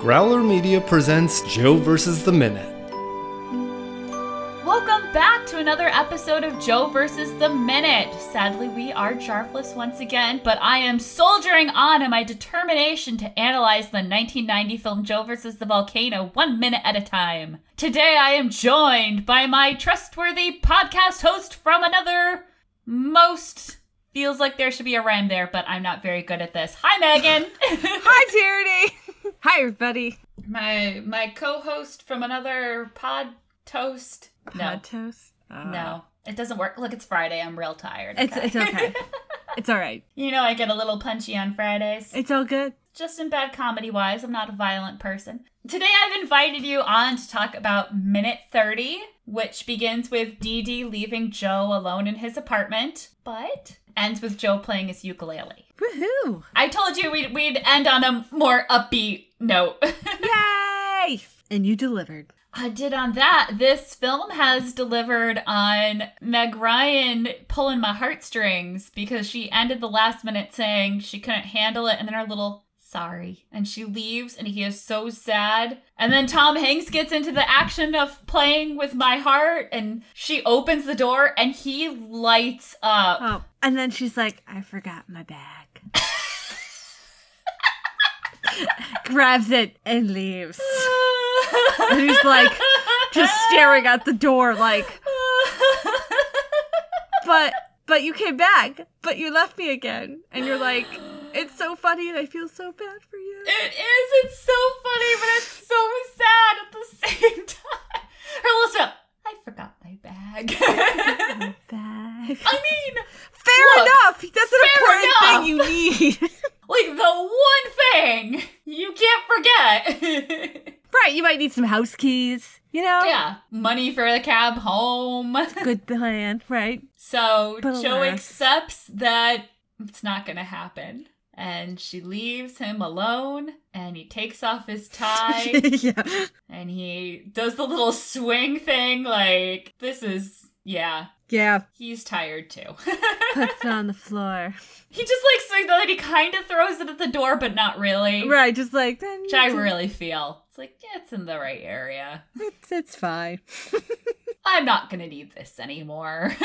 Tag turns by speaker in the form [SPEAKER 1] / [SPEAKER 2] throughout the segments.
[SPEAKER 1] Growler Media presents Joe versus the Minute.
[SPEAKER 2] Welcome back to another episode of Joe versus the Minute. Sadly, we are jarfless once again, but I am soldiering on in my determination to analyze the 1990 film Joe versus the Volcano one minute at a time. Today, I am joined by my trustworthy podcast host from another most. Feels like there should be a rhyme there, but I'm not very good at this. Hi, Megan.
[SPEAKER 3] Hi, Charity. Hi, everybody.
[SPEAKER 2] my my co-host from another pod toast. No,
[SPEAKER 3] Hot toast. Uh,
[SPEAKER 2] No, it doesn't work. Look, it's Friday. I'm real tired.
[SPEAKER 3] It's it's okay. it's all right.
[SPEAKER 2] you know, I get a little punchy on Fridays.
[SPEAKER 3] It's all good.
[SPEAKER 2] Just in bad comedy wise, I'm not a violent person. Today, I've invited you on to talk about Minute 30, which begins with Dee Dee leaving Joe alone in his apartment, but ends with Joe playing his ukulele.
[SPEAKER 3] Woohoo!
[SPEAKER 2] I told you we'd, we'd end on a more upbeat note.
[SPEAKER 3] Yay! And you delivered.
[SPEAKER 2] I did on that. This film has delivered on Meg Ryan pulling my heartstrings because she ended the last minute saying she couldn't handle it and then her little sorry. And she leaves and he is so sad. And then Tom Hanks gets into the action of playing with my heart and she opens the door and he lights up.
[SPEAKER 3] Oh, and then she's like, "I forgot my bag." Grabs it and leaves. And he's like, just staring at the door, like, "But, but you came back, but you left me again." And you're like, "It's so funny, and I feel so bad for you."
[SPEAKER 2] It is. It's so funny, but it's so sad at the same time. Her little stuff. I forgot my bag. I
[SPEAKER 3] Bag.
[SPEAKER 2] mean,
[SPEAKER 3] Fair
[SPEAKER 2] Look,
[SPEAKER 3] enough. That's an
[SPEAKER 2] fair
[SPEAKER 3] important
[SPEAKER 2] enough.
[SPEAKER 3] thing you need.
[SPEAKER 2] like the one thing you can't forget.
[SPEAKER 3] right, you might need some house keys, you know?
[SPEAKER 2] yeah, money for the cab home.
[SPEAKER 3] Good plan, right?
[SPEAKER 2] So
[SPEAKER 3] But
[SPEAKER 2] Joe
[SPEAKER 3] alas.
[SPEAKER 2] accepts that it's not going to happen. And she leaves him alone, and he takes off his tie.
[SPEAKER 3] yeah.
[SPEAKER 2] and he does the little swing thing like this is yeah
[SPEAKER 3] Yeah.
[SPEAKER 2] he's tired too
[SPEAKER 3] Puts it on the floor.
[SPEAKER 2] he just like swings and then he kind of throws it at the door but not really
[SPEAKER 3] Right, just like then
[SPEAKER 2] which i really feel it's like yeah, it's in the right area
[SPEAKER 3] it's, it's fine.
[SPEAKER 2] i'm not gonna need this anymore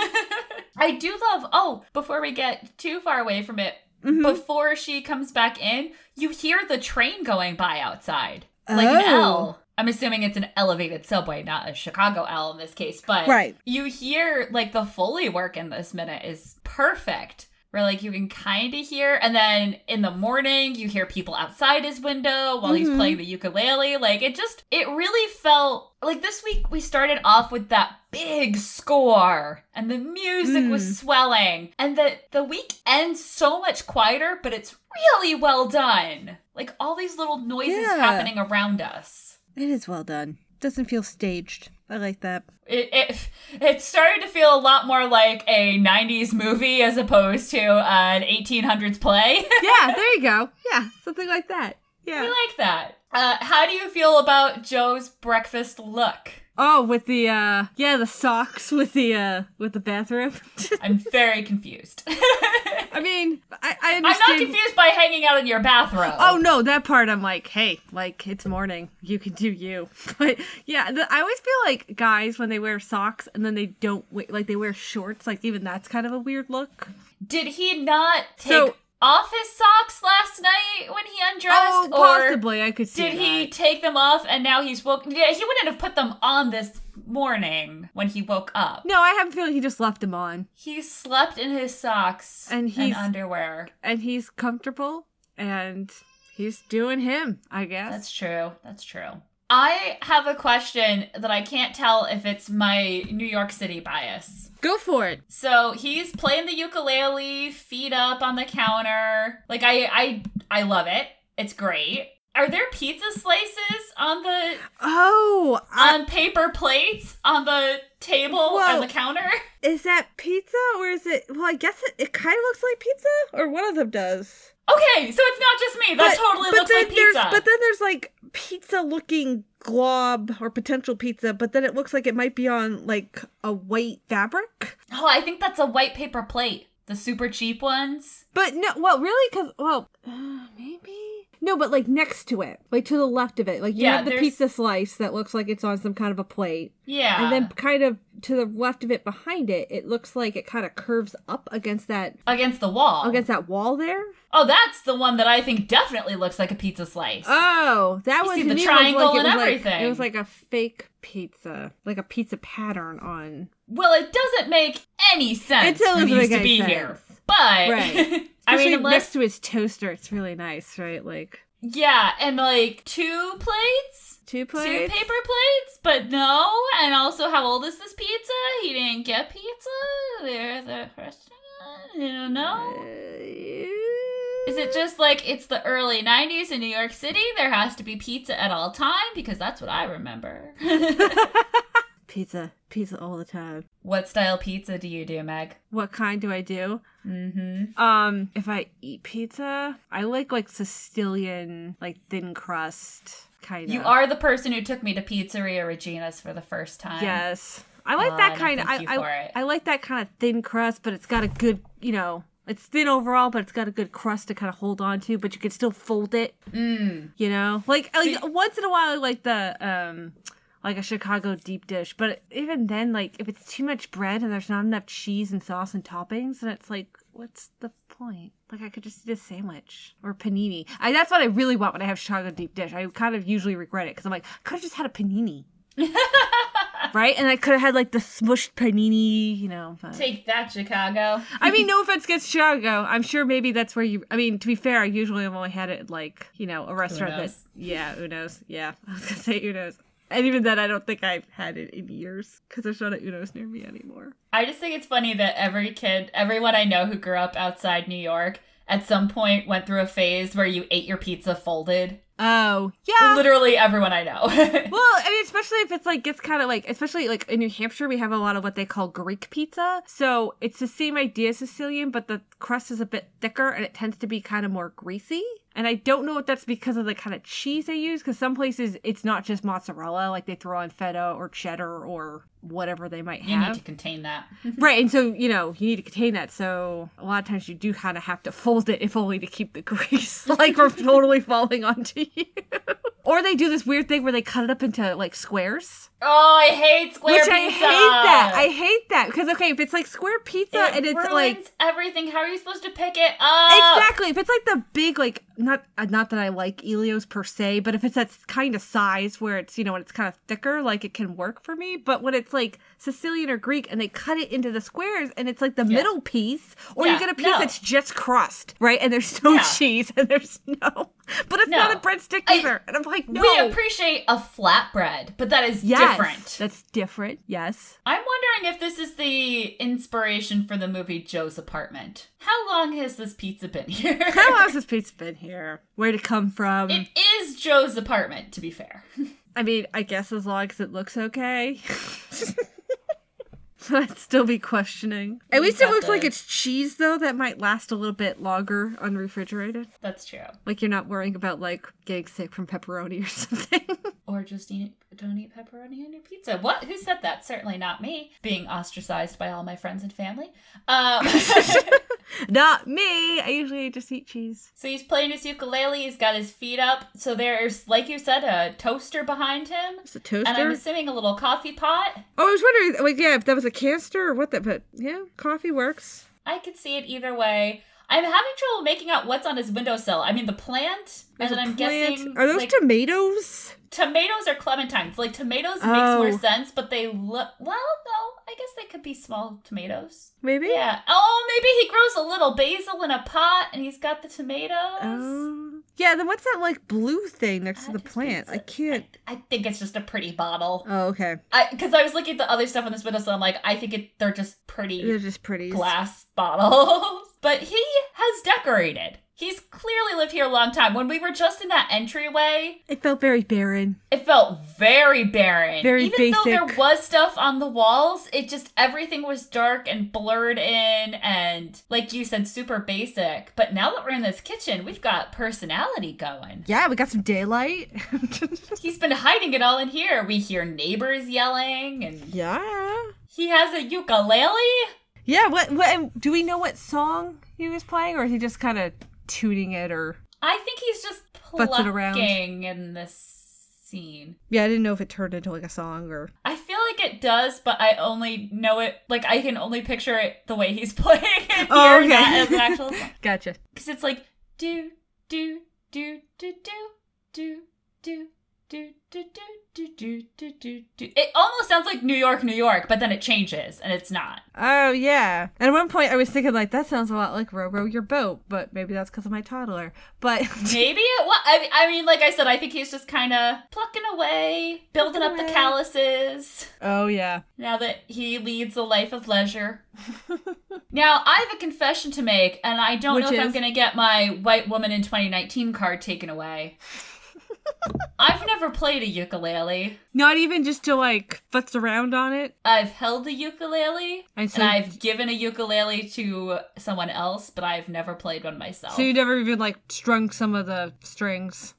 [SPEAKER 2] i do love oh before we get too far away from it
[SPEAKER 3] Mhm.
[SPEAKER 2] before she comes back in you hear the train going by outside like an
[SPEAKER 3] Oh.
[SPEAKER 2] l i'm assuming it's an elevated subway not a chicago l in this case but
[SPEAKER 3] Right.
[SPEAKER 2] you hear like the foley work in this minute is perfect where like you can kind of hear and then in the morning you hear people outside his window while he's
[SPEAKER 3] Mhm.
[SPEAKER 2] playing the ukulele like it just it really felt like this week we started off with that big score and the music
[SPEAKER 3] Mm.
[SPEAKER 2] was swelling and the the week ends so much quieter but it's really well done like all these little noises
[SPEAKER 3] Yeah.
[SPEAKER 2] happening around us
[SPEAKER 3] It is well done. Doesn't feel staged. I like that.
[SPEAKER 2] it, it it started to feel a lot more like a 90s movie as opposed to an 1800s play.
[SPEAKER 3] Yeah, there you go. Yeah, something like that.
[SPEAKER 2] we
[SPEAKER 3] Yeah.
[SPEAKER 2] like that. Uh, how do you feel about Joe's breakfast look?
[SPEAKER 3] Oh, with the uh yeah, the socks with the uh with the bathroom.
[SPEAKER 2] I'm very confused.
[SPEAKER 3] I mean, I, I understand.
[SPEAKER 2] I'm not confused by hanging out in your bathrobe.
[SPEAKER 3] Oh no, that part I'm like, hey, like it's morning, you can do you. But yeah, the, I always feel like guys when they wear socks and then they don't we- like they wear shorts, like even that's kind of a weird look.
[SPEAKER 2] Did he not take
[SPEAKER 3] So-
[SPEAKER 2] off his socks last night when he undressed?
[SPEAKER 3] oh,
[SPEAKER 2] or
[SPEAKER 3] possibly I could see.
[SPEAKER 2] Did he
[SPEAKER 3] that.
[SPEAKER 2] take them off and now he's woke? Yeah, he wouldn't have put them on this morning when he woke up.
[SPEAKER 3] No, I have a feeling he just left them on,
[SPEAKER 2] He slept in his socks
[SPEAKER 3] And
[SPEAKER 2] and,
[SPEAKER 3] he's-
[SPEAKER 2] underwear.
[SPEAKER 3] and he's comfortable and he's doing him, I guess.
[SPEAKER 2] That's true. That's true. I have a question that I can't tell if it's my New York City bias.
[SPEAKER 3] Go for it.
[SPEAKER 2] So he's playing the ukulele, feet up on the counter. Like I I I love it. It's great. Are there pizza slices on the
[SPEAKER 3] Oh, I-
[SPEAKER 2] on paper plates on the table
[SPEAKER 3] Well-
[SPEAKER 2] on the counter?
[SPEAKER 3] is that pizza or is it? Well, I guess it, it kind of looks like pizza, or one of them does.
[SPEAKER 2] Okay, so it's not just me. That totally looks
[SPEAKER 3] then
[SPEAKER 2] like pizza.
[SPEAKER 3] There's, but then there's like pizza looking glob or potential pizza, but then it looks like it might be on like a white fabric.
[SPEAKER 2] oh, I think that's a white paper plate. The super cheap ones.
[SPEAKER 3] But no, well, really, because, well, uh, maybe. No, but like next to it, like to the left of it. Like you
[SPEAKER 2] Yeah,
[SPEAKER 3] have the
[SPEAKER 2] there's-
[SPEAKER 3] pizza slice that looks like it's on some kind of a plate.
[SPEAKER 2] Yeah.
[SPEAKER 3] And then kind of to the left of it behind it, it looks like it kind of curves up against that
[SPEAKER 2] against the wall.
[SPEAKER 3] against that wall there.
[SPEAKER 2] Oh, that's the one that I think definitely looks like a pizza slice.
[SPEAKER 3] Oh, that
[SPEAKER 2] You
[SPEAKER 3] was
[SPEAKER 2] see
[SPEAKER 3] to
[SPEAKER 2] the
[SPEAKER 3] me, it was
[SPEAKER 2] triangle
[SPEAKER 3] like, it
[SPEAKER 2] and
[SPEAKER 3] was like-
[SPEAKER 2] everything.
[SPEAKER 3] it was like a fake pizza, like a pizza pattern on.
[SPEAKER 2] well, it doesn't make any sense
[SPEAKER 3] It doesn't
[SPEAKER 2] for these
[SPEAKER 3] make
[SPEAKER 2] to
[SPEAKER 3] any
[SPEAKER 2] be
[SPEAKER 3] sense.
[SPEAKER 2] here. But
[SPEAKER 3] Right.
[SPEAKER 2] I mean,
[SPEAKER 3] Especially
[SPEAKER 2] unless
[SPEAKER 3] next to his toaster, it's really nice, right? Like
[SPEAKER 2] yeah, and like two plates, two
[SPEAKER 3] two
[SPEAKER 2] paper
[SPEAKER 3] plates.
[SPEAKER 2] plates, but no. And also, how old is this pizza? He didn't get pizza. There's a restaurant. I don't
[SPEAKER 3] Uh,
[SPEAKER 2] know. Is it just like it's the early 90s in New York City? There has to be pizza at all time because that's what I remember.
[SPEAKER 3] pizza, pizza all the time?
[SPEAKER 2] what style pizza do you do, Meg?
[SPEAKER 3] What kind do I do?
[SPEAKER 2] Mm-hmm.
[SPEAKER 3] Um, if I eat pizza, I like like Sicilian, like thin crust kind of.
[SPEAKER 2] You are the person who took me to Pizzeria Regina's for the first time.
[SPEAKER 3] Yes, I like
[SPEAKER 2] Oh, I
[SPEAKER 3] that
[SPEAKER 2] don't
[SPEAKER 3] kind of.
[SPEAKER 2] thank
[SPEAKER 3] I
[SPEAKER 2] you for
[SPEAKER 3] I,
[SPEAKER 2] it.
[SPEAKER 3] I like that kind of thin crust, but it's got a good, you know, it's thin overall, but it's got a good crust to kind of hold on to. But you can still fold it,
[SPEAKER 2] Mm.
[SPEAKER 3] you know. Like like
[SPEAKER 2] See-
[SPEAKER 3] once in a while, I like the um. Like a Chicago deep dish, but even then, like if it's too much bread and there's not enough cheese and sauce and toppings, then it's like, what's the point? Like I could just eat a sandwich or panini. I, that's what I really want when I have Chicago deep dish. I kind of usually regret it because I'm like, I could have just had a panini right? And I could have had like the smushed panini, you know. but-
[SPEAKER 2] Take that, Chicago.
[SPEAKER 3] I mean, no offense against Chicago. I'm sure maybe that's where you. I mean, to be fair, I usually have only had it at, like you know a restaurant that.
[SPEAKER 2] knows?
[SPEAKER 3] Yeah, Uno's. Yeah, I was gonna say Uno's, and even then, I don't think I've had it in years because there's not an Uno's near me anymore.
[SPEAKER 2] I just think it's funny that every kid, everyone I know who grew up outside New York, at some point went through a phase where you ate your pizza folded.
[SPEAKER 3] Oh yeah.
[SPEAKER 2] Literally everyone I know.
[SPEAKER 3] well, I mean, especially if it's like gets kind of like, especially like in New Hampshire, we have a lot of what they call Greek pizza. So it's the same idea as Sicilian, but the crust is a bit thicker and it tends to be kind of more greasy. And I don't know if that's because of the kind of cheese they use, because some places it's not just mozzarella, like they throw on feta or cheddar or whatever they might
[SPEAKER 2] you need
[SPEAKER 3] have.
[SPEAKER 2] to contain that.
[SPEAKER 3] Right, and so you know you need to contain that. So a lot of times you do kind of have to fold it, if only to keep the grease like from totally falling onto you. or they do this weird thing where they cut it up into like squares,
[SPEAKER 2] Oh, I hate square
[SPEAKER 3] which
[SPEAKER 2] pizza.
[SPEAKER 3] I hate that. I hate that because okay, if it's like square pizza
[SPEAKER 2] it
[SPEAKER 3] and it's
[SPEAKER 2] ruins
[SPEAKER 3] like
[SPEAKER 2] everything. How are you supposed to pick it up?
[SPEAKER 3] Exactly. If it's like the big, like not uh, not that I like Elio's per se, but if it's that kind of size where it's you know when it's kind of thicker, like it can work for me. But when it's like Sicilian or Greek and they cut it into the squares and it's like the middle piece, or
[SPEAKER 2] Yeah,
[SPEAKER 3] you get a piece
[SPEAKER 2] no.
[SPEAKER 3] that's just crust, right? And there's no
[SPEAKER 2] Yeah.
[SPEAKER 3] cheese and there's no, but it's
[SPEAKER 2] No.
[SPEAKER 3] not a breadstick
[SPEAKER 2] I-
[SPEAKER 3] either. and I'm like, no,
[SPEAKER 2] We appreciate a flatbread, but that is
[SPEAKER 3] yes,
[SPEAKER 2] different.
[SPEAKER 3] That's different. Yes.
[SPEAKER 2] I'm wondering if this is the inspiration for the movie Joe's Apartment. How long has this pizza been here?
[SPEAKER 3] How long has this pizza been here? Where'd it come from?
[SPEAKER 2] it is Joe's apartment, to be fair.
[SPEAKER 3] I mean, I guess as long as it looks okay. So I'd still be questioning. At
[SPEAKER 2] You
[SPEAKER 3] least it
[SPEAKER 2] got
[SPEAKER 3] looks like
[SPEAKER 2] the-
[SPEAKER 3] it's cheese, though. That might last a little bit longer unrefrigerated.
[SPEAKER 2] That's true.
[SPEAKER 3] Like you're not worrying about like getting sick from pepperoni or something.
[SPEAKER 2] Or just eat, don't eat pepperoni on your pizza. What? Who said that? Certainly not me. Being ostracized by all my friends and family. Um,
[SPEAKER 3] not me. I usually just eat cheese.
[SPEAKER 2] so he's playing his ukulele. He's got his feet up. So there's, like you said, a toaster behind him,
[SPEAKER 3] It's a toaster.
[SPEAKER 2] and I'm assuming a little coffee pot.
[SPEAKER 3] oh, I was wondering, like, yeah, if that was a canister or what that. But yeah, coffee works.
[SPEAKER 2] I could see it either way. I'm having trouble making out what's on his windowsill. I mean, the plant, and
[SPEAKER 3] There's a
[SPEAKER 2] then I'm
[SPEAKER 3] plant.
[SPEAKER 2] guessing
[SPEAKER 3] Are those
[SPEAKER 2] like,
[SPEAKER 3] tomatoes?
[SPEAKER 2] tomatoes or clementines. Like tomatoes
[SPEAKER 3] Oh.
[SPEAKER 2] makes more sense, but they look well. No, I guess they could be small tomatoes.
[SPEAKER 3] Maybe.
[SPEAKER 2] Yeah. Oh, maybe he grows a little basil in a pot, and he's got the tomatoes.
[SPEAKER 3] Oh. Yeah. Then what's that like blue thing next to
[SPEAKER 2] That
[SPEAKER 3] the
[SPEAKER 2] just
[SPEAKER 3] plant?
[SPEAKER 2] means
[SPEAKER 3] I
[SPEAKER 2] it-
[SPEAKER 3] can't.
[SPEAKER 2] I think it's just a pretty bottle.
[SPEAKER 3] Oh, okay.
[SPEAKER 2] Because I, was looking at the other stuff on this windowsill, I'm like, I think it, they're just pretty.
[SPEAKER 3] They're just pretty.
[SPEAKER 2] glass bottles. But he has decorated. He's clearly lived here a long time. When we were just in that entryway,
[SPEAKER 3] It felt very barren.
[SPEAKER 2] it felt very barren.
[SPEAKER 3] Very
[SPEAKER 2] Even though there
[SPEAKER 3] basic.
[SPEAKER 2] was stuff on the walls, it just everything was dark and blurred in and like you said, super basic. But now that we're in this kitchen, we've got personality going.
[SPEAKER 3] Yeah, we got some daylight.
[SPEAKER 2] He's been hiding it all in here. We hear neighbors yelling and
[SPEAKER 3] yeah.
[SPEAKER 2] he has a ukulele.
[SPEAKER 3] Yeah. What? What? And do we know what song he was playing, or is he just kind of tuning it, or
[SPEAKER 2] I think he's just
[SPEAKER 3] Butts it around.
[SPEAKER 2] clucking in this scene.
[SPEAKER 3] Yeah, I didn't know if it turned into like a song or.
[SPEAKER 2] I feel like it does, but I only know it like I can only picture it the way he's playing it
[SPEAKER 3] Oh,
[SPEAKER 2] here,
[SPEAKER 3] okay.
[SPEAKER 2] not as an actual song.
[SPEAKER 3] Gotcha.
[SPEAKER 2] Because it's like do do do do do do do do do do do do do do do. It almost sounds like New York, New York, but then it changes and it's not.
[SPEAKER 3] Oh yeah. And at one point, I was thinking like that sounds a lot like row row your boat, but maybe that's because of my toddler. But
[SPEAKER 2] Maybe it was. I, I mean, like I said, I think he's just kind of plucking away, building up the
[SPEAKER 3] Plucking away.
[SPEAKER 2] calluses.
[SPEAKER 3] oh yeah.
[SPEAKER 2] Now that he leads a life of leisure. now, I have a confession to make, and I don't know
[SPEAKER 3] Which
[SPEAKER 2] if I'm
[SPEAKER 3] is?
[SPEAKER 2] going to get my White Woman in 2019 card taken away. I've never played a ukulele.
[SPEAKER 3] Not even just to like futz around on it.
[SPEAKER 2] I've held a ukulele,
[SPEAKER 3] And so,
[SPEAKER 2] and I've given a ukulele to someone else, but I've never played one myself.
[SPEAKER 3] so you never even like strung some of the strings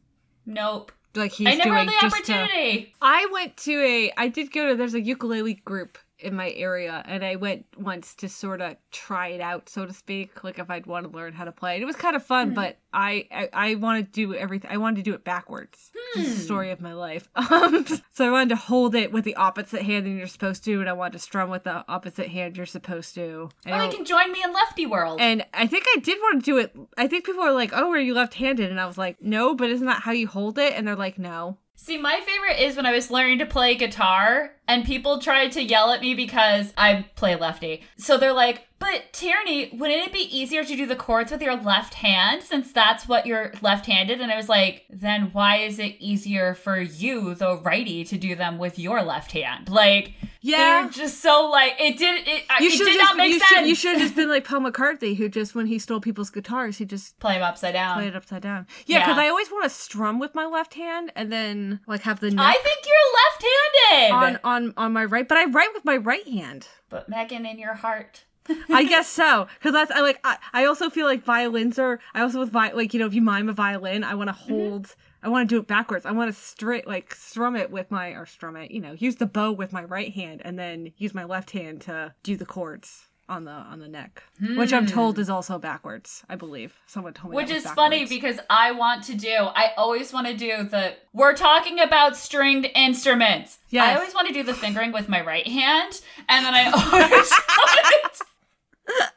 [SPEAKER 2] nope.
[SPEAKER 3] like he's
[SPEAKER 2] I never had
[SPEAKER 3] doing.
[SPEAKER 2] the
[SPEAKER 3] just to-
[SPEAKER 2] opportunity.
[SPEAKER 3] I went to a. I did go to. There's a ukulele group in my area, and I went once to sort of try it out, so to speak. Like if I'd want to learn how to play, and it was kind of fun.
[SPEAKER 2] Mhm.
[SPEAKER 3] But I, I, I want to do everything. I wanted to do it backwards. This is
[SPEAKER 2] Hmm.
[SPEAKER 3] the story of my life. Um, so I wanted to hold it with the opposite hand than you're supposed to, and I wanted to strum with the opposite hand you're supposed to. And
[SPEAKER 2] Oh,
[SPEAKER 3] I-
[SPEAKER 2] you can join me in Lefty World.
[SPEAKER 3] and I think I did want to do it. I think people were like, "Oh, are you left-handed?" And I was like, "No, but isn't that how you hold it?" And they're like, "No."
[SPEAKER 2] See, my favorite is when I was learning to play guitar and people tried to yell at me because I play lefty. So they're like, but Tierney, wouldn't it be easier to do the chords with your left hand since that's what you're left handed? And I was like, then why is it easier for you, the righty, to do them with your left hand? Like, they're just so like, it did, it, I- it
[SPEAKER 3] should
[SPEAKER 2] did
[SPEAKER 3] just,
[SPEAKER 2] not make
[SPEAKER 3] you
[SPEAKER 2] sense.
[SPEAKER 3] Should, you should have just been like Paul McCartney, who just when he stole people's guitars, he just
[SPEAKER 2] play them upside down.
[SPEAKER 3] played it upside down. Yeah, because
[SPEAKER 2] Yeah.
[SPEAKER 3] I always want to strum with my left hand and then like have the
[SPEAKER 2] I
[SPEAKER 3] neck
[SPEAKER 2] think you're left
[SPEAKER 3] on
[SPEAKER 2] handed.
[SPEAKER 3] on on my right, but I write with my right hand.
[SPEAKER 2] But Megan, in your heart.
[SPEAKER 3] I guess so, because that's I like. I, I also feel like violins are. I also with vi- like you know if you mime a violin, I want to
[SPEAKER 2] Mm-hmm.
[SPEAKER 3] hold. I want to do it backwards. I want to straight like strum it with my or strum it. You know, use the bow with my right hand and then use my left hand to do the chords on the on the neck, which I'm
[SPEAKER 2] Hmm.
[SPEAKER 3] told is also backwards. I believe someone told me.
[SPEAKER 2] Which
[SPEAKER 3] that was
[SPEAKER 2] is funny
[SPEAKER 3] backwards.
[SPEAKER 2] because I want to do, I always want to do the, we're talking about stringed instruments. Yeah, I
[SPEAKER 3] Yes.
[SPEAKER 2] always want to do the fingering with my right hand. And then I always want to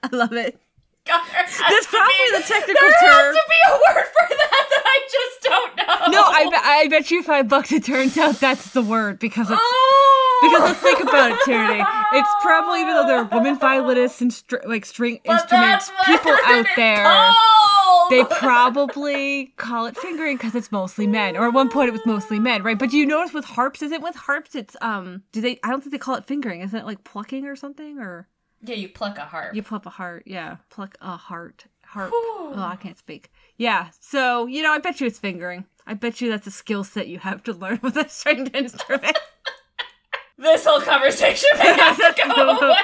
[SPEAKER 3] I love it.
[SPEAKER 2] God, there has
[SPEAKER 3] That's
[SPEAKER 2] to
[SPEAKER 3] probably
[SPEAKER 2] be-
[SPEAKER 3] the technical
[SPEAKER 2] There has
[SPEAKER 3] term.
[SPEAKER 2] to be a word for that that I just don't know.
[SPEAKER 3] No, I, be- I bet you five bucks it turns out that's the word because it's
[SPEAKER 2] Oh!
[SPEAKER 3] Because let's think about it, Tierney. It's probably even though there are women violinists and str- like string
[SPEAKER 2] But
[SPEAKER 3] instruments,
[SPEAKER 2] that's what
[SPEAKER 3] people out
[SPEAKER 2] it's
[SPEAKER 3] there,
[SPEAKER 2] called!
[SPEAKER 3] they probably call it fingering because it's mostly men. Or at one point, it was mostly men, right? But do you notice with harps? Isn't with harps? It's um. Do they? I don't think they call it fingering. Isn't it like plucking or something? Or
[SPEAKER 2] yeah, you pluck a harp.
[SPEAKER 3] you pluck a heart? Yeah, pluck a heart. Harp.
[SPEAKER 2] Whew.
[SPEAKER 3] Oh, I can't speak. Yeah. So you know, I bet you it's fingering. I bet you that's a skill set you have to learn with a stringed instrument.
[SPEAKER 2] This whole conversation may have to go away.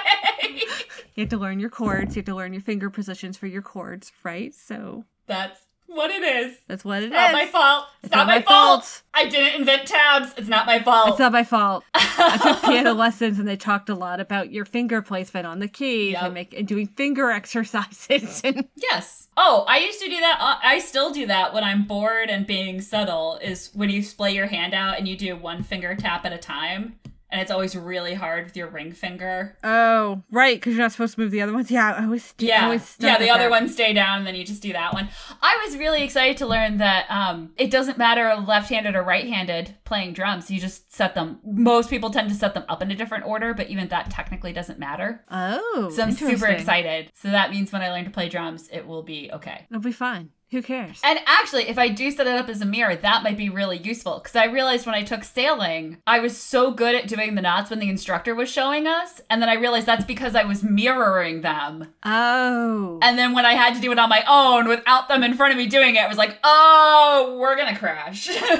[SPEAKER 3] You have to learn your chords. You have to learn your finger positions for your chords, right? So
[SPEAKER 2] That's what it is.
[SPEAKER 3] that's what it is.
[SPEAKER 2] It's not my fault. It's, not, my fault. I didn't invent tabs. It's not my fault.
[SPEAKER 3] It's not my fault. I took piano lessons and they talked a lot about your finger placement on the keys
[SPEAKER 2] Yep.
[SPEAKER 3] and, make, and doing finger exercises. And
[SPEAKER 2] yes. Oh, I used to do that. uh, I still do that when I'm bored and being subtle. Is when you splay your hand out and you do one finger tap at a time, and it's always really hard with your ring finger.
[SPEAKER 3] oh, right, because you're not supposed to move the other ones. Yeah, I always I
[SPEAKER 2] Yeah,
[SPEAKER 3] always
[SPEAKER 2] yeah.
[SPEAKER 3] stuck
[SPEAKER 2] The
[SPEAKER 3] at
[SPEAKER 2] other
[SPEAKER 3] that.
[SPEAKER 2] ones stay down, and then you just do that one. I was really excited to learn that um, it doesn't matter left-handed or right-handed playing drums. You just set them. Most people tend to set them up in a different order, but even that technically doesn't matter.
[SPEAKER 3] Oh,
[SPEAKER 2] So I'm super
[SPEAKER 3] interesting.
[SPEAKER 2] excited. So that means when I learn to play drums, it will be okay.
[SPEAKER 3] It'll be fine. Who cares?
[SPEAKER 2] And actually, if I do set it up as a mirror, that might be really useful because I realized when I took sailing, I was so good at doing the knots when the instructor was showing us. And then I realized that's because I was mirroring them.
[SPEAKER 3] oh,
[SPEAKER 2] And then when I had to do it on my own without them in front of me doing it, I was like, oh, we're going to crash. so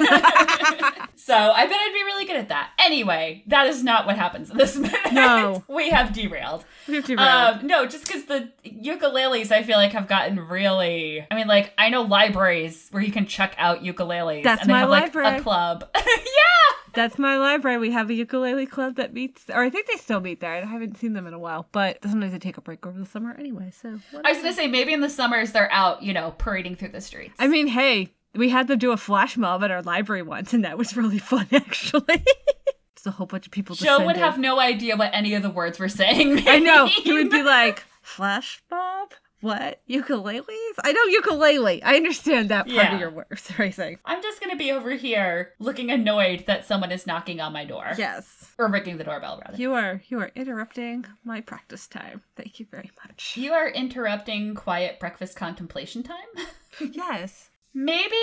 [SPEAKER 2] I bet I'd be really good at that. Anyway, that is not what happens in this minute.
[SPEAKER 3] No.
[SPEAKER 2] we have derailed.
[SPEAKER 3] fifty rounds.
[SPEAKER 2] Um, no, just because the ukuleles I feel like have gotten really. I mean, like I know libraries where you can check out ukuleles.
[SPEAKER 3] That's
[SPEAKER 2] and they
[SPEAKER 3] my
[SPEAKER 2] have, Like,
[SPEAKER 3] library.
[SPEAKER 2] a club.
[SPEAKER 3] That's my library. We have a ukulele club that meets, or I think they still meet there. I haven't seen them in a while, but sometimes they take a break over the summer anyway. So
[SPEAKER 2] I was gonna say maybe in the summers they're out, you know, parading through the streets.
[SPEAKER 3] I mean, hey, We had them do a flash mob at our library once, and that was really fun, actually. it's a whole bunch of people.
[SPEAKER 2] Joe would
[SPEAKER 3] descended.
[SPEAKER 2] have no idea what any of the words we're saying.
[SPEAKER 3] I know.
[SPEAKER 2] mean.
[SPEAKER 3] He would be like, flash mob? What? Ukuleles? I know ukulele. I understand that part
[SPEAKER 2] Yeah.
[SPEAKER 3] of your work phrasing.
[SPEAKER 2] I'm just gonna be over here looking annoyed that someone is knocking on my door.
[SPEAKER 3] Yes.
[SPEAKER 2] Or ringing the doorbell, rather. You,
[SPEAKER 3] You are you are interrupting my practice time. Thank you very much.
[SPEAKER 2] are interrupting quiet breakfast contemplation time?
[SPEAKER 3] Yes.
[SPEAKER 2] Maybe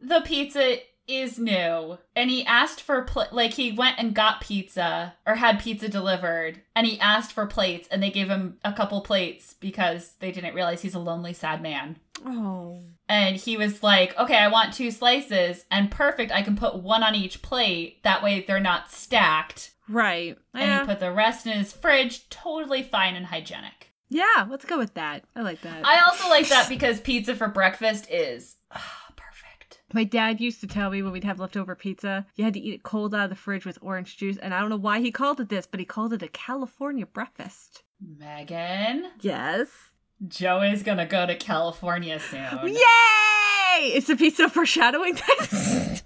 [SPEAKER 2] the pizza is new and he asked for pl- like he went and got pizza or had pizza delivered and he asked for plates and they gave him a couple plates because they didn't realize he's a lonely sad man
[SPEAKER 3] Oh.
[SPEAKER 2] and he was like, "Okay, I want two slices, and perfect. I can put one on each plate. That way, they're not stacked."
[SPEAKER 3] Right.
[SPEAKER 2] And
[SPEAKER 3] Yeah.
[SPEAKER 2] he put the rest in his fridge. Totally fine and hygienic.
[SPEAKER 3] yeah, let's go with that. I like that.
[SPEAKER 2] I also like that because pizza for breakfast is ah, perfect.
[SPEAKER 3] My dad used to tell me when we'd have leftover pizza, you had to eat it cold out of the fridge with orange juice, and I don't know why he called it this, but he called it a California breakfast.
[SPEAKER 2] Megan,
[SPEAKER 3] Yes.
[SPEAKER 2] Joe is gonna go to California soon.
[SPEAKER 3] Oh, Yay! Is the pizza foreshadowing this?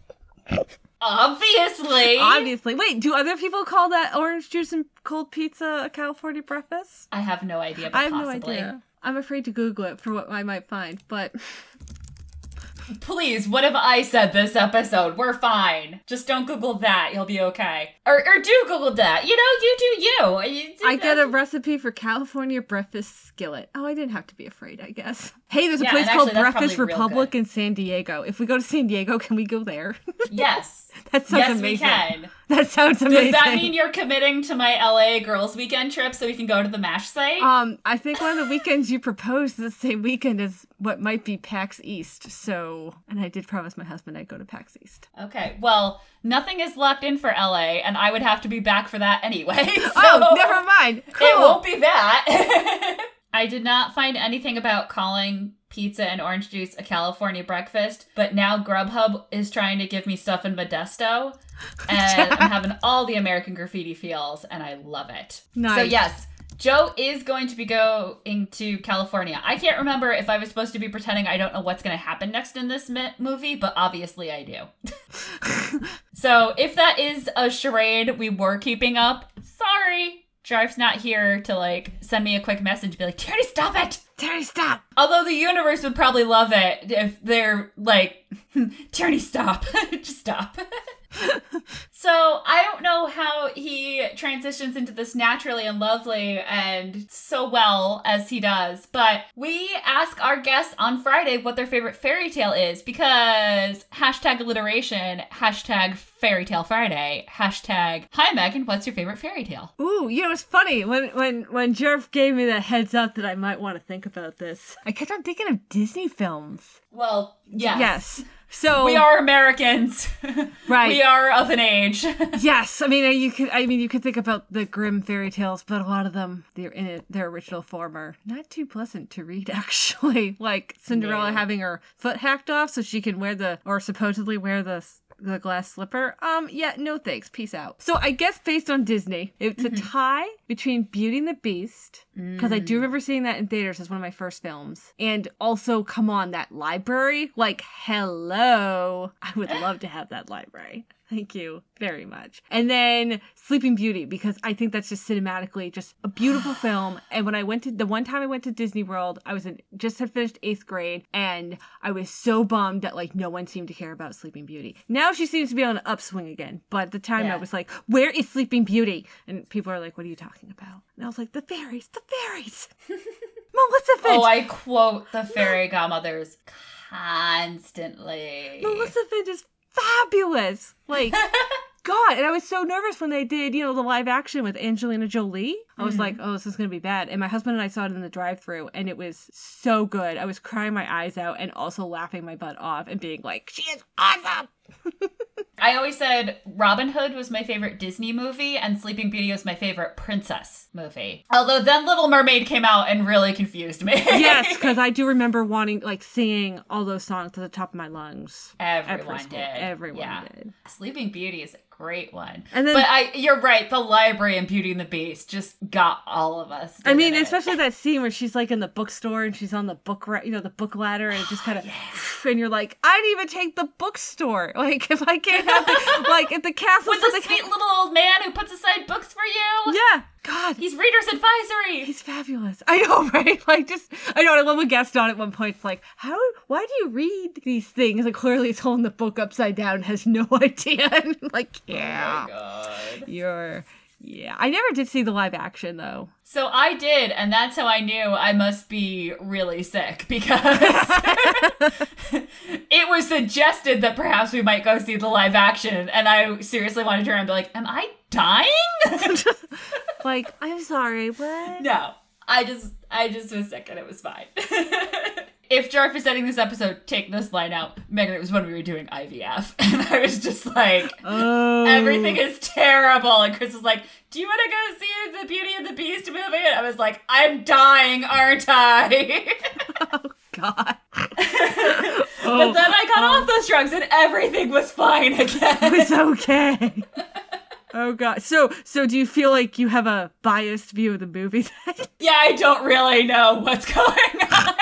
[SPEAKER 2] Obviously.
[SPEAKER 3] Obviously. Wait, do other people call that orange juice and cold pizza a California breakfast?
[SPEAKER 2] I have no idea, but
[SPEAKER 3] I have
[SPEAKER 2] possibly.
[SPEAKER 3] no idea. I'm afraid to Google it for what I might find, but
[SPEAKER 2] Please, what have I said this episode? We're fine. Just don't Google that. You'll be okay. Or, or do Google that. You know, you do you. You-
[SPEAKER 3] I get a recipe for California breakfast skillet. Oh, I didn't have to be afraid, I guess. Hey, there's a
[SPEAKER 2] Yeah,
[SPEAKER 3] place
[SPEAKER 2] and
[SPEAKER 3] called
[SPEAKER 2] actually that's
[SPEAKER 3] Breakfast
[SPEAKER 2] probably real
[SPEAKER 3] Republic
[SPEAKER 2] good.
[SPEAKER 3] in San Diego. If we go to San Diego, can we go there?
[SPEAKER 2] Yes.
[SPEAKER 3] that sounds
[SPEAKER 2] yes, we
[SPEAKER 3] amazing.
[SPEAKER 2] can.
[SPEAKER 3] That sounds
[SPEAKER 2] Does
[SPEAKER 3] amazing.
[SPEAKER 2] that mean you're committing to my LA girls weekend trip so we can go to the MASH site?
[SPEAKER 3] um, I think one of the weekends you proposed the same weekend as what might be PAX East. So, and I did promise my husband I'd go to PAX East.
[SPEAKER 2] okay. Well, nothing is locked in for LA, and I would have to be back for that anyway. So
[SPEAKER 3] oh, never mind. Cool.
[SPEAKER 2] It won't be that. I did not find anything about calling pizza and orange juice a California breakfast, but now Grubhub is trying to give me stuff in Modesto, and I'm having all the American graffiti feels, and I love it. So
[SPEAKER 3] Nice.
[SPEAKER 2] yes. Joe is going to be going to California. I can't remember if I was supposed to be pretending I don't know what's going to happen next in this mi- movie, but obviously I do. So if that is a charade we were keeping up, sorry. Jarf's not here to like send me a quick message and be like, Tierney, stop it!
[SPEAKER 3] Terry, stop.
[SPEAKER 2] Although the universe would probably love it if they're like, Tierney, stop. Just stop. so I don't know how he transitions into this naturally and lovely and so well as he does, but we ask our guests on Friday what their favorite fairy tale is because hashtag alliteration, hashtag fairy tale Friday, hashtag hi Megan, what's your favorite fairy tale?
[SPEAKER 3] Ooh, you know it's funny when when when Jerf gave me the heads up that I might want to think about this. I kept on thinking of Disney films.
[SPEAKER 2] Well, yes.
[SPEAKER 3] Yes. So
[SPEAKER 2] We are Americans.
[SPEAKER 3] Right.
[SPEAKER 2] we are of an age.
[SPEAKER 3] Yes, I mean you could. I mean you could think about the grim fairy tales, but a lot of them, they're in it, their original form, are not too pleasant to read. Actually, like Cinderella
[SPEAKER 2] No.
[SPEAKER 3] having her foot hacked off so she can wear the or supposedly wear the s- the glass slipper. Um, yeah, no thanks. Peace out. So I guess based on Disney, it's a
[SPEAKER 2] Mm-hmm.
[SPEAKER 3] tie between Beauty and the Beast because I do remember seeing that in theaters as one of my first films, and also come on that library. Like hello, I would love to have that library. Thank you very much. And then Sleeping Beauty, because I think that's just cinematically just a beautiful film. And when I went to the one time I went to Disney World, I was in just had finished eighth grade and I was so bummed that like no one seemed to care about Sleeping Beauty. Now she seems to be on an upswing again. But at the time
[SPEAKER 2] Yeah.
[SPEAKER 3] I was like, Where is Sleeping Beauty? And people are like, What are you talking about? And I was like, The fairies, the fairies. Melissa Finch.
[SPEAKER 2] Oh, I quote the fairy godmothers constantly.
[SPEAKER 3] Melissa Finch is fabulous. Like, God. And I was so nervous when they did, you know, the live action with Angelina Jolie. I
[SPEAKER 2] Mm-hmm.
[SPEAKER 3] was like, oh, this is going to be bad. And my husband and I saw it in the drive thru and it was so good. I was crying my eyes out and also laughing my butt off and being like, she is awesome.
[SPEAKER 2] I always said Robin Hood was my favorite Disney movie and Sleeping Beauty was my favorite princess movie. Although then Little Mermaid came out and really confused me.
[SPEAKER 3] yes, because I do remember wanting, like, singing all those songs to the top of my lungs. at
[SPEAKER 2] Everyone
[SPEAKER 3] preschool.
[SPEAKER 2] did.
[SPEAKER 3] Everyone
[SPEAKER 2] Yeah.
[SPEAKER 3] did.
[SPEAKER 2] Sleeping Beauty is a great one.
[SPEAKER 3] And then-
[SPEAKER 2] but I, you're right. The library and Beauty and the Beast just got all of us.
[SPEAKER 3] I mean,
[SPEAKER 2] didn't it?
[SPEAKER 3] especially that scene where she's like in the bookstore and she's on the book, ra- you know, the book ladder, and it just kind of, and you're like, I'd even take the bookstore. Like, if I can't have, the, like, if the castle
[SPEAKER 2] with the sweet little old man who puts aside books for you.
[SPEAKER 3] yeah, God,
[SPEAKER 2] He's reader's advisory.
[SPEAKER 3] he's fabulous. I know, right? Like, just, I know. I love when Gaston at one point, it's like, how, why do you read these things? Like, clearly, he's holding the book upside down, and has no idea. And I'm like,
[SPEAKER 2] Oh
[SPEAKER 3] yeah,
[SPEAKER 2] God.
[SPEAKER 3] you're, yeah. I never did see the live action though.
[SPEAKER 2] So I did, and that's how I knew I must be really sick because it was suggested that perhaps we might go see the live action, and I seriously wanted to turn around and be like, "Am I dying?"
[SPEAKER 3] like, I'm sorry, what?
[SPEAKER 2] No, I just I just was sick and it was fine. if Jarf is editing this episode, take this line out. Megan, it was when we were doing IVF, and I was just like,
[SPEAKER 3] Oh.
[SPEAKER 2] everything is terrible. And Chris was like, Do you want to go see the Beauty and the Beast movie? And I was like, I'm dying, aren't I?
[SPEAKER 3] God. Oh,
[SPEAKER 2] but then I got off those drugs and everything was fine again.
[SPEAKER 3] it's okay. Oh god. So so do you feel like you have a biased view of the movie then?
[SPEAKER 2] yeah, I don't really know what's going on.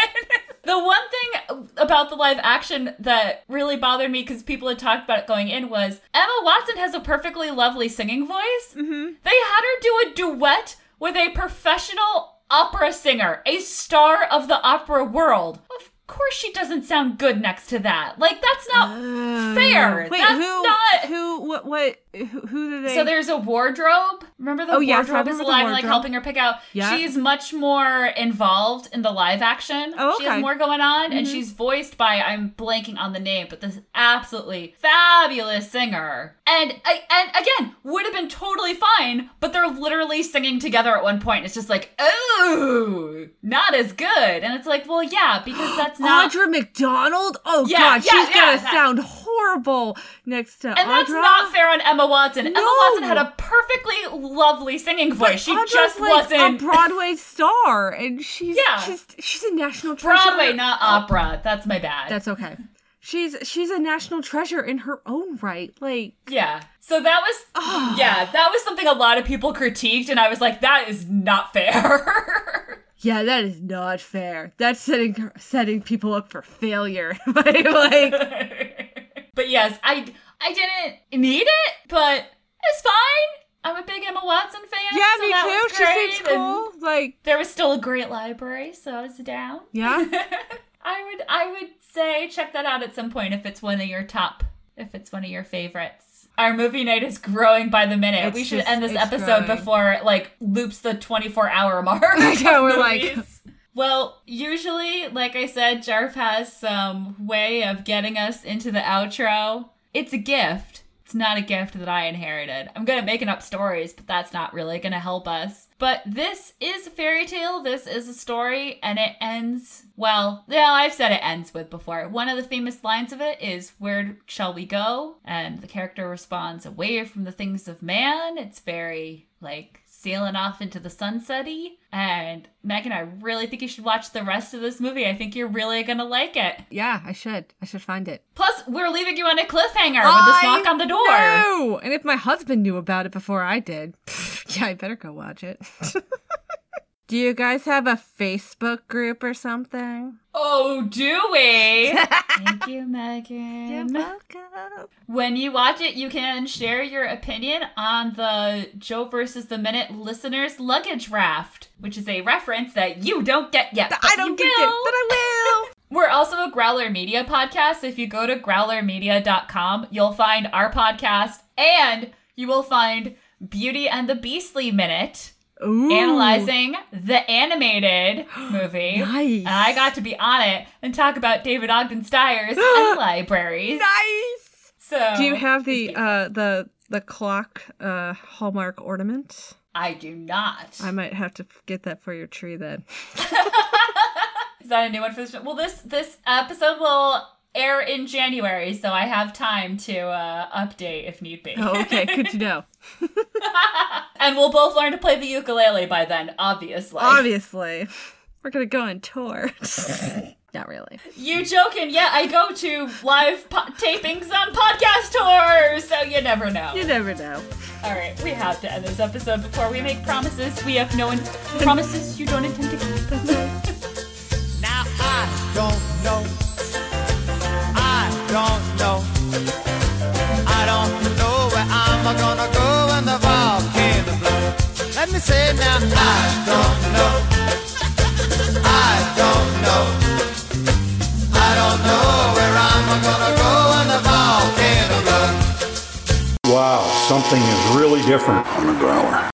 [SPEAKER 2] the one thing about the live action that really bothered me because people had talked about it going in was Emma Watson has a perfectly lovely singing voice. Mm-hmm. They had her do a duet with a professional opera singer, a star of the opera world. Of course, she doesn't sound good next to that. Like, that's not Oh. fair.
[SPEAKER 3] Wait,
[SPEAKER 2] that's
[SPEAKER 3] who
[SPEAKER 2] not.
[SPEAKER 3] who what what who, who do they
[SPEAKER 2] So there's a wardrobe. Remember the
[SPEAKER 3] Oh,
[SPEAKER 2] wardrobe
[SPEAKER 3] yes, I
[SPEAKER 2] is
[SPEAKER 3] remember the
[SPEAKER 2] alive and like
[SPEAKER 3] wardrobe.
[SPEAKER 2] helping her pick out.
[SPEAKER 3] Yeah.
[SPEAKER 2] She's much more involved in the live action.
[SPEAKER 3] Oh,
[SPEAKER 2] She has
[SPEAKER 3] okay. Mm-hmm.
[SPEAKER 2] more going on, and she's voiced by I'm blanking on the name, but this absolutely fabulous singer. And I, and again, would have been totally fine, but they're literally singing together at one point. It's just like, oh, not as good. And it's like, well, yeah, because that's not.
[SPEAKER 3] Audra McDonald? Oh
[SPEAKER 2] Yeah,
[SPEAKER 3] god,
[SPEAKER 2] yeah,
[SPEAKER 3] she's
[SPEAKER 2] yeah,
[SPEAKER 3] gonna
[SPEAKER 2] that-
[SPEAKER 3] sound horrible next to
[SPEAKER 2] and
[SPEAKER 3] Audra.
[SPEAKER 2] that's not fair on Emma Watson. Emma
[SPEAKER 3] No.
[SPEAKER 2] Watson had a perfectly lovely singing voice. she
[SPEAKER 3] Audra's
[SPEAKER 2] just
[SPEAKER 3] like
[SPEAKER 2] wasn't
[SPEAKER 3] a Broadway star and she's
[SPEAKER 2] Yeah.
[SPEAKER 3] she's she's a national treasure.
[SPEAKER 2] Broadway, not opera. That's my bad.
[SPEAKER 3] oh. That's okay. She's she's a national treasure in her own right. Like
[SPEAKER 2] yeah. So that was
[SPEAKER 3] Oh.
[SPEAKER 2] yeah, that was something a lot of people critiqued, and I was like, that is not fair.
[SPEAKER 3] Yeah, that is not fair. That's setting setting people up for failure. like, like,
[SPEAKER 2] but yes, I I didn't need it, but it's fine. I'm a big Emma Watson fan.
[SPEAKER 3] yeah,
[SPEAKER 2] so
[SPEAKER 3] me
[SPEAKER 2] that
[SPEAKER 3] too.
[SPEAKER 2] was
[SPEAKER 3] She seems
[SPEAKER 2] great, and
[SPEAKER 3] cool. Like,
[SPEAKER 2] There was still a great library, so I was down.
[SPEAKER 3] yeah,
[SPEAKER 2] I would I would say check that out at some point if it's one of your top if it's one of your favorites. Our movie night is growing by the minute.
[SPEAKER 3] It's
[SPEAKER 2] we should
[SPEAKER 3] just-
[SPEAKER 2] end this
[SPEAKER 3] it's
[SPEAKER 2] episode
[SPEAKER 3] growing.
[SPEAKER 2] before it like loops the 24 hour mark.
[SPEAKER 3] Yeah,
[SPEAKER 2] of
[SPEAKER 3] we're like-
[SPEAKER 2] movies. Well, usually, like I said, Jarf has some way of getting us into the outro. It's a gift. It's not a gift that I inherited. I'm good at making up stories, but that's not really going to help us. But this is a fairy tale. This is a story, and it ends well. Yeah, I've said it ends with before. One of the famous lines of it is, "Where shall we go?" And the character responds, "Away from the things of man." It's very like sailing off into the sunsetty. And Megan, I really think you should watch the rest of this movie. I think you're really gonna like it.
[SPEAKER 3] yeah. I should. I should find it.
[SPEAKER 2] Plus, we're leaving you on a cliffhanger with this knock on the door.
[SPEAKER 3] No. And if my husband knew about it before I did, yeah, I better go watch it. Do you guys have a Facebook group or something?
[SPEAKER 2] Oh, do we? Thank you, Megan.
[SPEAKER 3] welcome.
[SPEAKER 2] When you watch it, you can share your opinion on the Joe versus the Minute listeners luggage raft, which is a reference that you don't get yet. but
[SPEAKER 3] I don't
[SPEAKER 2] you
[SPEAKER 3] get
[SPEAKER 2] will.
[SPEAKER 3] it, but I will.
[SPEAKER 2] We're also a Growler Media podcast. If you go to growlermedia.com, you'll find our podcast and you will find Beauty and the Beastly Minute
[SPEAKER 3] Ooh,
[SPEAKER 2] analyzing the animated movie.
[SPEAKER 3] Nice.
[SPEAKER 2] And I got to be on it and talk about David Ogden Stiers and libraries.
[SPEAKER 3] nice.
[SPEAKER 2] So
[SPEAKER 3] Do you have the uh the the clock uh hallmark ornament?
[SPEAKER 2] I do not.
[SPEAKER 3] I might have to get that for your tree then.
[SPEAKER 2] Is that a new one for this? Well, this this episode will air in January, so I have time to uh, update if need be.
[SPEAKER 3] Oh, okay, good to know.
[SPEAKER 2] and we'll both learn to play the ukulele by then, obviously.
[SPEAKER 3] Obviously, we're gonna go on tour. Not really.
[SPEAKER 2] you joking? Yeah, I go to live po- tapings on podcast tours, so you never know.
[SPEAKER 3] You never know.
[SPEAKER 2] All right, we have to end this episode before we make promises we have no in- promises you don't intend to keep.
[SPEAKER 4] Now I don't know. I don't know. I don't know where I'm gonna go when the volcano blows. Let me say it now I don't know. I don't know. I don't know where I'm gonna go when the volcano blows.
[SPEAKER 5] Wow, something is really different.
[SPEAKER 6] on a growler.